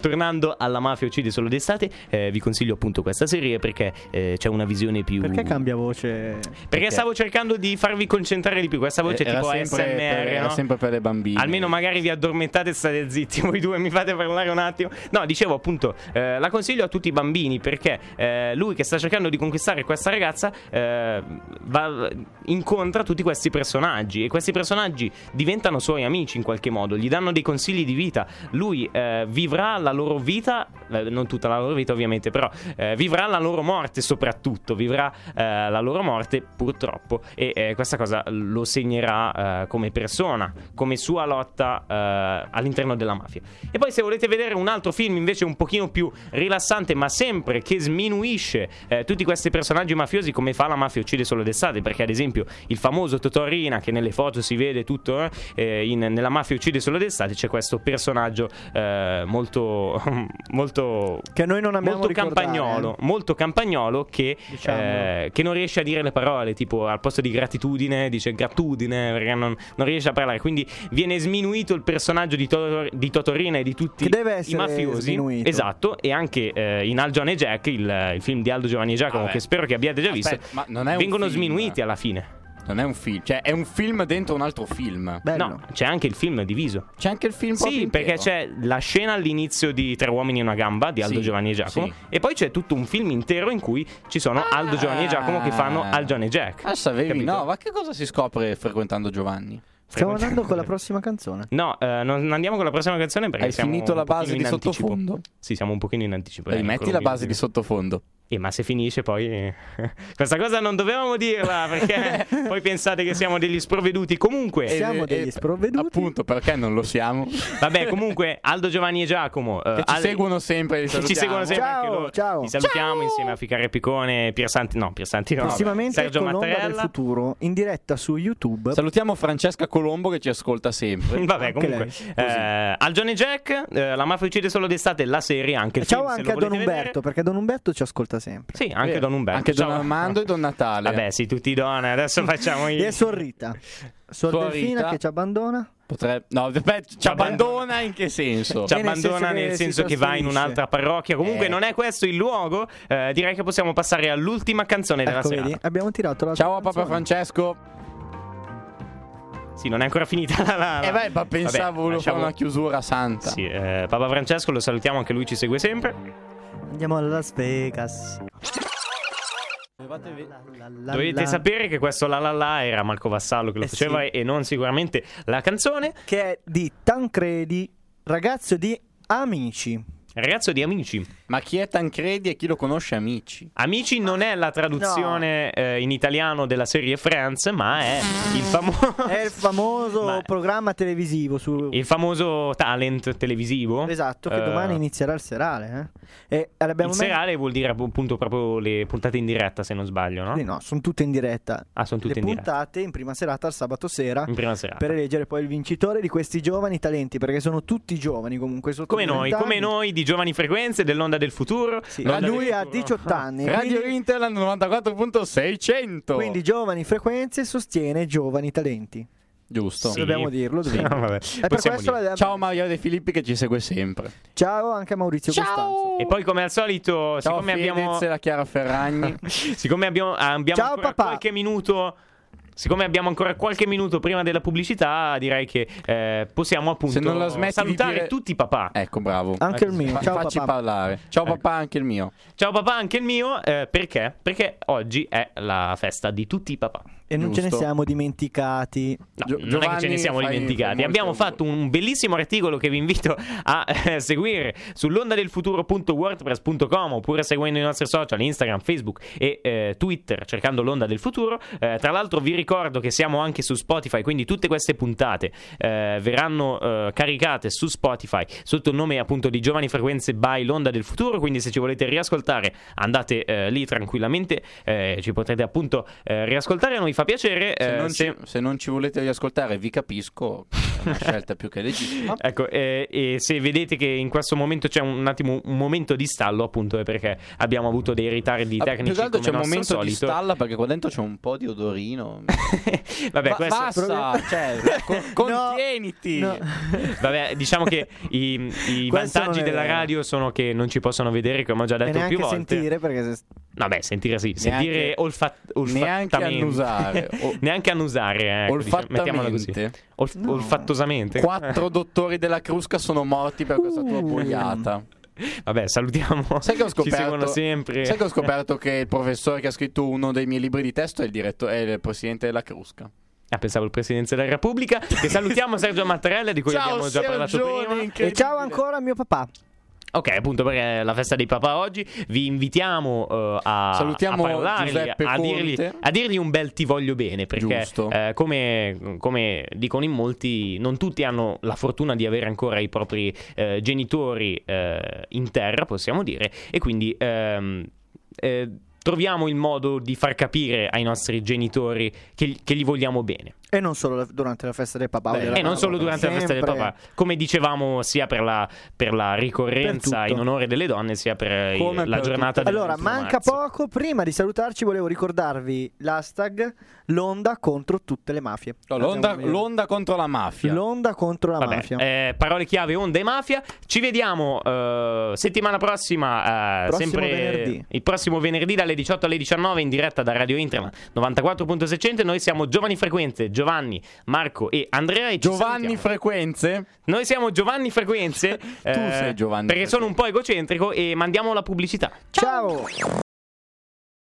S3: Tornando alla mafia uccide solo d'estate, eh, vi consiglio appunto questa serie perché eh, c'è una visione più...
S1: Perché cambia voce?
S3: Perché stavo cercando di farvi concentrare di più. Questa voce è
S4: Eh, Era
S3: tipo
S4: sempre
S3: ASMR,
S4: per- era
S3: no?
S4: sempre per le bambine.
S3: Almeno magari vi addormentate e state zitti voi due, mi fate parlare un attimo. No, dicevo appunto, eh, la consiglio a tutti i bambini perché eh, lui che sta cercando di conquistare questa ragazza eh, va- incontra tutti questi personaggi e questi personaggi diventano suoi amici in qualche modo, gli danno dei consigli di vita. Lui eh, vivrà la loro vita, eh, non tutta la loro vita ovviamente, però eh, vivrà la loro morte soprattutto, vivrà eh, la loro morte purtroppo e eh, questa cosa lo segnerà eh, come persona, come sua lotta eh, all'interno della mafia. E poi se volete vedere un altro film invece un pochino più rilassante ma sempre che sminuisce eh, tutti questi personaggi mafiosi come fa la mafia uccide solo d'estate perché ad esempio il famoso Totorina che nelle foto si vede tutto eh, eh, in- nella mafia uccide solo d'estate c'è questo personaggio eh, molto molto
S1: Che noi non abbiamo
S3: molto
S1: ricordare,
S3: campagnolo, molto campagnolo che,
S1: Diciamolo.
S3: eh, che non riesce a dire le parole, tipo al posto di gratitudine dice gratudine perché non, non riesce a parlare, quindi viene sminuito il personaggio di, Toto- di Totorina e di tutti
S1: Che deve
S3: i
S1: essere
S3: mafiosi.
S1: sminuito.
S3: Esatto, e anche eh, in Al John e Jack, il, il film di Aldo Giovanni e Giacomo,
S4: Vabbè.
S3: che spero che abbiate già
S4: Ah, Aspetta,
S3: visto,
S4: ma non è un
S3: vengono
S4: film.
S3: sminuiti alla fine.
S4: Non è un film, cioè è un film dentro un altro film.
S1: Bello.
S3: No, c'è anche il film diviso.
S4: C'è anche il film proprio
S3: Sì, perché
S4: intero.
S3: c'è la scena all'inizio di Tre uomini e una gamba di Aldo
S4: Sì,
S3: Giovanni e Giacomo
S4: sì.
S3: e poi c'è tutto un film intero in cui ci sono Aldo Giovanni e Giacomo che fanno
S4: Ah.
S3: Al John e Jack.
S4: Ah, sapevi?
S3: Capito?
S4: No, ma che cosa si scopre frequentando Giovanni?
S1: Stiamo andando con la prossima canzone.
S3: No, eh, non andiamo con la prossima canzone perché
S4: Hai
S3: siamo
S4: finito
S3: un
S4: la base
S3: pochino
S4: di
S3: in anticipo.
S4: sottofondo?
S3: Sì, siamo un pochino in anticipo.
S4: Rimetti
S3: dai,
S4: la
S3: ancora un
S4: base di
S3: minuto.
S4: sottofondo.
S3: E ma se finisce poi... eh, Questa cosa non dovevamo dirla perché poi pensate che siamo degli sprovveduti. Comunque...
S4: E-
S1: Siamo
S4: e-
S1: degli
S4: e-
S1: sprovveduti.
S4: Appunto, perché non lo siamo?
S3: Vabbè, comunque Aldo Giovanni e Giacomo eh,
S4: Che ci
S3: Ale-
S4: seguono sempre. li
S3: che ci seguono
S4: salutiamo.
S3: sempre
S1: Ciao,
S3: anche loro.
S1: ciao.
S3: Li salutiamo insieme a Ficare Piccone, Piersanti, no, Piersanti no.
S1: Prossimamente
S3: Sergio
S1: con l'onda del
S3: Mattarella.
S1: futuro in diretta su YouTube.
S4: Salutiamo Francesca Colombo che ci ascolta sempre.
S3: Vabbè,
S1: Anche
S3: comunque, eh, al Johnny Jack, eh, La mafia uccide solo d'estate, la serie, anche il
S1: Ciao
S3: film, se
S1: anche a
S3: lo
S1: Don
S3: volete
S1: Umberto,
S3: vedere.
S1: perché Don Umberto ci ascolta sempre.
S3: Sì, anche Don Umberto.
S4: Anche Don
S3: Ciao.
S4: Armando e Don Natale.
S3: Vabbè, sì, tutti i don, adesso facciamo i...
S1: E Sorrita. Suor
S4: Suor
S1: Delfina
S4: Rita.
S1: che ci abbandona.
S4: Potrebbe... No, vabbè, ci abbandona in che senso?
S3: Ci
S1: Cioè, nel senso
S3: abbandona
S1: che
S3: nel
S1: si
S3: senso che va in
S1: trasferisce.
S3: un'altra parrocchia. Comunque,
S4: Eh.
S3: non è questo il luogo. eh, direi che possiamo passare all'ultima canzone della
S1: Ecco,
S3: serata.
S1: vedi, abbiamo tirato la
S4: Ciao a Papa Francesco.
S3: Sì, non è ancora finita la. la...
S4: E eh beh, ma pensavo volevo
S3: lasciamo-
S4: fare una chiusura santa.
S3: Sì, eh, Papa Francesco lo salutiamo, anche lui ci segue sempre.
S1: Andiamo a Las Vegas.
S3: Dovete sapere che questo la la la era Marco Vassallo che lo
S1: Eh sì.
S3: faceva e non sicuramente la canzone.
S1: che è di Tancredi, ragazzo di Amici.
S3: Ragazzo di Amici.
S4: Ma chi è Tancredi e chi lo conosce, amici?
S3: Amici non è la traduzione eh, in italiano della serie Friends, ma è il famoso.
S1: È il famoso
S3: Ma-
S1: programma televisivo su
S3: il famoso talent televisivo.
S1: Esatto, che
S3: Eh,
S1: domani inizierà il serale, eh. E l'abbiamo
S3: Il
S1: messo-
S3: serale vuol dire appunto proprio le puntate in diretta, se non sbaglio, no?
S1: Sì, no, sono tutte in diretta.
S3: Ah, sono tutte
S1: Le
S3: in diretta. Mm.
S1: puntate in prima serata al sabato sera
S3: In prima serata.
S1: per eleggere poi il vincitore di questi giovani talenti, perché sono tutti giovani comunque sotto
S3: Come
S1: i
S3: noi,
S1: 20
S3: come
S1: anni.
S3: noi di giovani frequenze dell'onda del futuro.
S1: Sì,
S3: L'onda
S1: ma
S3: del
S1: lui ha
S3: futuro.
S1: 18 anni.
S4: Radio
S1: quindi,
S4: Interland 94.600.
S1: quindi giovani frequenze sostiene giovani talenti.
S4: Giusto.
S3: Sì.
S1: Dobbiamo dirlo, dobbiamo.
S3: No, vabbè,
S1: E per
S3: possiamo
S1: questo
S3: dire.
S1: la-
S4: Ciao Mario De Filippi che ci segue sempre.
S1: Ciao anche a Maurizio Costanzo.
S3: E poi come al solito,
S4: Ciao
S3: siccome
S4: Fedez
S3: abbiamo
S4: e la Chiara Ferragni.
S3: siccome abbiamo, abbiamo
S1: Ciao,
S3: ancora
S1: papà.
S3: qualche minuto Siccome abbiamo ancora qualche minuto prima della pubblicità, direi che eh, possiamo appunto
S4: Se non la smetti di
S3: salutare
S4: dire-
S3: tutti i papà.
S4: ecco, bravo.
S1: Anche il mio.
S4: Fa-
S1: Ah, Ciao
S4: facci
S1: papà.
S4: parlare. Ciao
S3: Ecco.
S4: papà, anche il mio.
S3: Ciao papà, anche il mio. eh, perché? Perché oggi è la festa di tutti i papà.
S1: E non ce ne
S4: Giusto.
S1: siamo dimenticati.
S3: No, non è
S4: Gio-
S3: che ce
S4: Giovanni,
S3: ne siamo
S4: fai- fai
S3: dimenticati.
S4: molti
S3: Abbiamo
S4: auguri.
S3: fatto un bellissimo articolo che vi invito a eh, seguire sull'ondadelfuturo.wordpress.com oppure seguendo i nostri social Instagram, Facebook e eh, Twitter cercando l'onda del futuro. Eh, tra l'altro vi ricordo che siamo anche su Spotify, quindi tutte queste puntate eh, verranno eh, caricate su Spotify sotto il nome appunto di Giovani Frequenze by l'onda del futuro, quindi se ci volete riascoltare andate eh, lì tranquillamente, eh, ci potrete appunto eh, riascoltare, a noi fa piacere.
S4: Se,
S3: eh,
S4: non
S3: se-
S4: ci, se non ci volete riascoltare, vi capisco. È una scelta più che
S1: Ah,
S4: legittima.
S3: Ecco, eh, e se vedete che in questo momento c'è un attimo un momento di stallo, appunto, è perché abbiamo avuto dei ritardi
S4: Ah,
S3: tecnici
S4: più che altro
S3: come
S4: c'è un
S3: nostro
S4: momento di
S3: solito. Ecco,
S4: stalla perché qua dentro c'è un po' di odorino.
S3: Vabbè,
S4: Ma-
S3: questo-
S4: basta, cioè, co- contieniti.
S1: No.
S3: Vabbè, diciamo che i, i
S1: Questo
S3: vantaggi
S1: non è
S3: della
S1: vero.
S3: radio sono che non ci possono vedere, come ho già
S1: E
S3: detto
S1: neanche
S3: più volte.
S1: sentire perché se-
S3: Vabbè, sentire sì,
S4: Neanche-
S3: sentire olfa-
S4: neanche
S3: olfattamente.
S4: annusare. O-
S3: neanche annusare, ecco, diciamo, mettiamola così.
S4: Olfattamente.
S3: Olf-
S1: No.
S3: Olfattosamente.
S4: Quattro dottori della Crusca sono morti per questa tua
S1: Uh.
S4: pogliata.
S3: Vabbè, salutiamo.
S4: Sai che ho scoperto?
S3: Ci seguono sempre.
S4: Sai che ho scoperto che il professore che ha scritto uno dei miei libri di testo è il, diretto- è il presidente della Crusca.
S3: Ah, pensavo il Presidenza della Repubblica. Che salutiamo Sergio Mattarella, di cui
S4: Ciao,
S3: abbiamo già parlato
S4: Sergione,
S3: prima.
S1: E
S4: incredibile.
S1: ciao ancora a mio papà.
S3: Ok, appunto perché è la festa dei papà oggi. Vi invitiamo eh, a,
S4: Salutiamo
S3: a parlargli,
S4: Giuseppe
S3: a, dirgli,
S4: Conte.
S3: a dirgli un bel ti voglio bene. Perché,
S4: Giusto.
S3: eh, come, come dicono in molti, non tutti hanno la fortuna di avere ancora i propri eh, genitori eh, in terra, possiamo dire. E quindi. ehm, eh, Troviamo il modo di far capire ai nostri genitori che- che gli vogliamo bene.
S1: E non solo la- durante la festa del papà.
S4: Beh,
S1: o della
S3: E
S4: Era
S3: Eh, non
S1: mamma,
S3: solo durante la festa del
S1: sempre.
S3: papà, come dicevamo sia per la, per la ricorrenza
S1: Per tutto.
S3: in onore delle donne, sia per il-
S4: Come
S3: la
S4: per
S3: giornata del
S1: Allora,
S3: 21
S1: manca
S3: marzo.
S1: poco. Prima di salutarci, volevo ricordarvi l'hashtag L'onda contro tutte le mafie.
S4: No, l'onda,
S1: Andiamo a vedere.
S4: l'onda contro la mafia.
S1: L'onda contro la
S3: Vabbè,
S1: mafia.
S3: eh, parole chiave onda e mafia. Ci vediamo eh, settimana prossima, eh,
S1: Prossimo
S3: sempre
S1: venerdì.
S3: il prossimo venerdì dalle 18 alle 19 in diretta da Radio Interma 94.600. Noi siamo Giovani Frequenze, Giovanni, Marco e Andrea e ci
S4: Giovanni
S3: salutiamo.
S4: Frequenze.
S3: Noi siamo Giovanni Frequenze. eh,
S4: Tu sei Giovanni
S3: Perché sono un po' egocentrico e mandiamo la pubblicità.
S1: Ciao.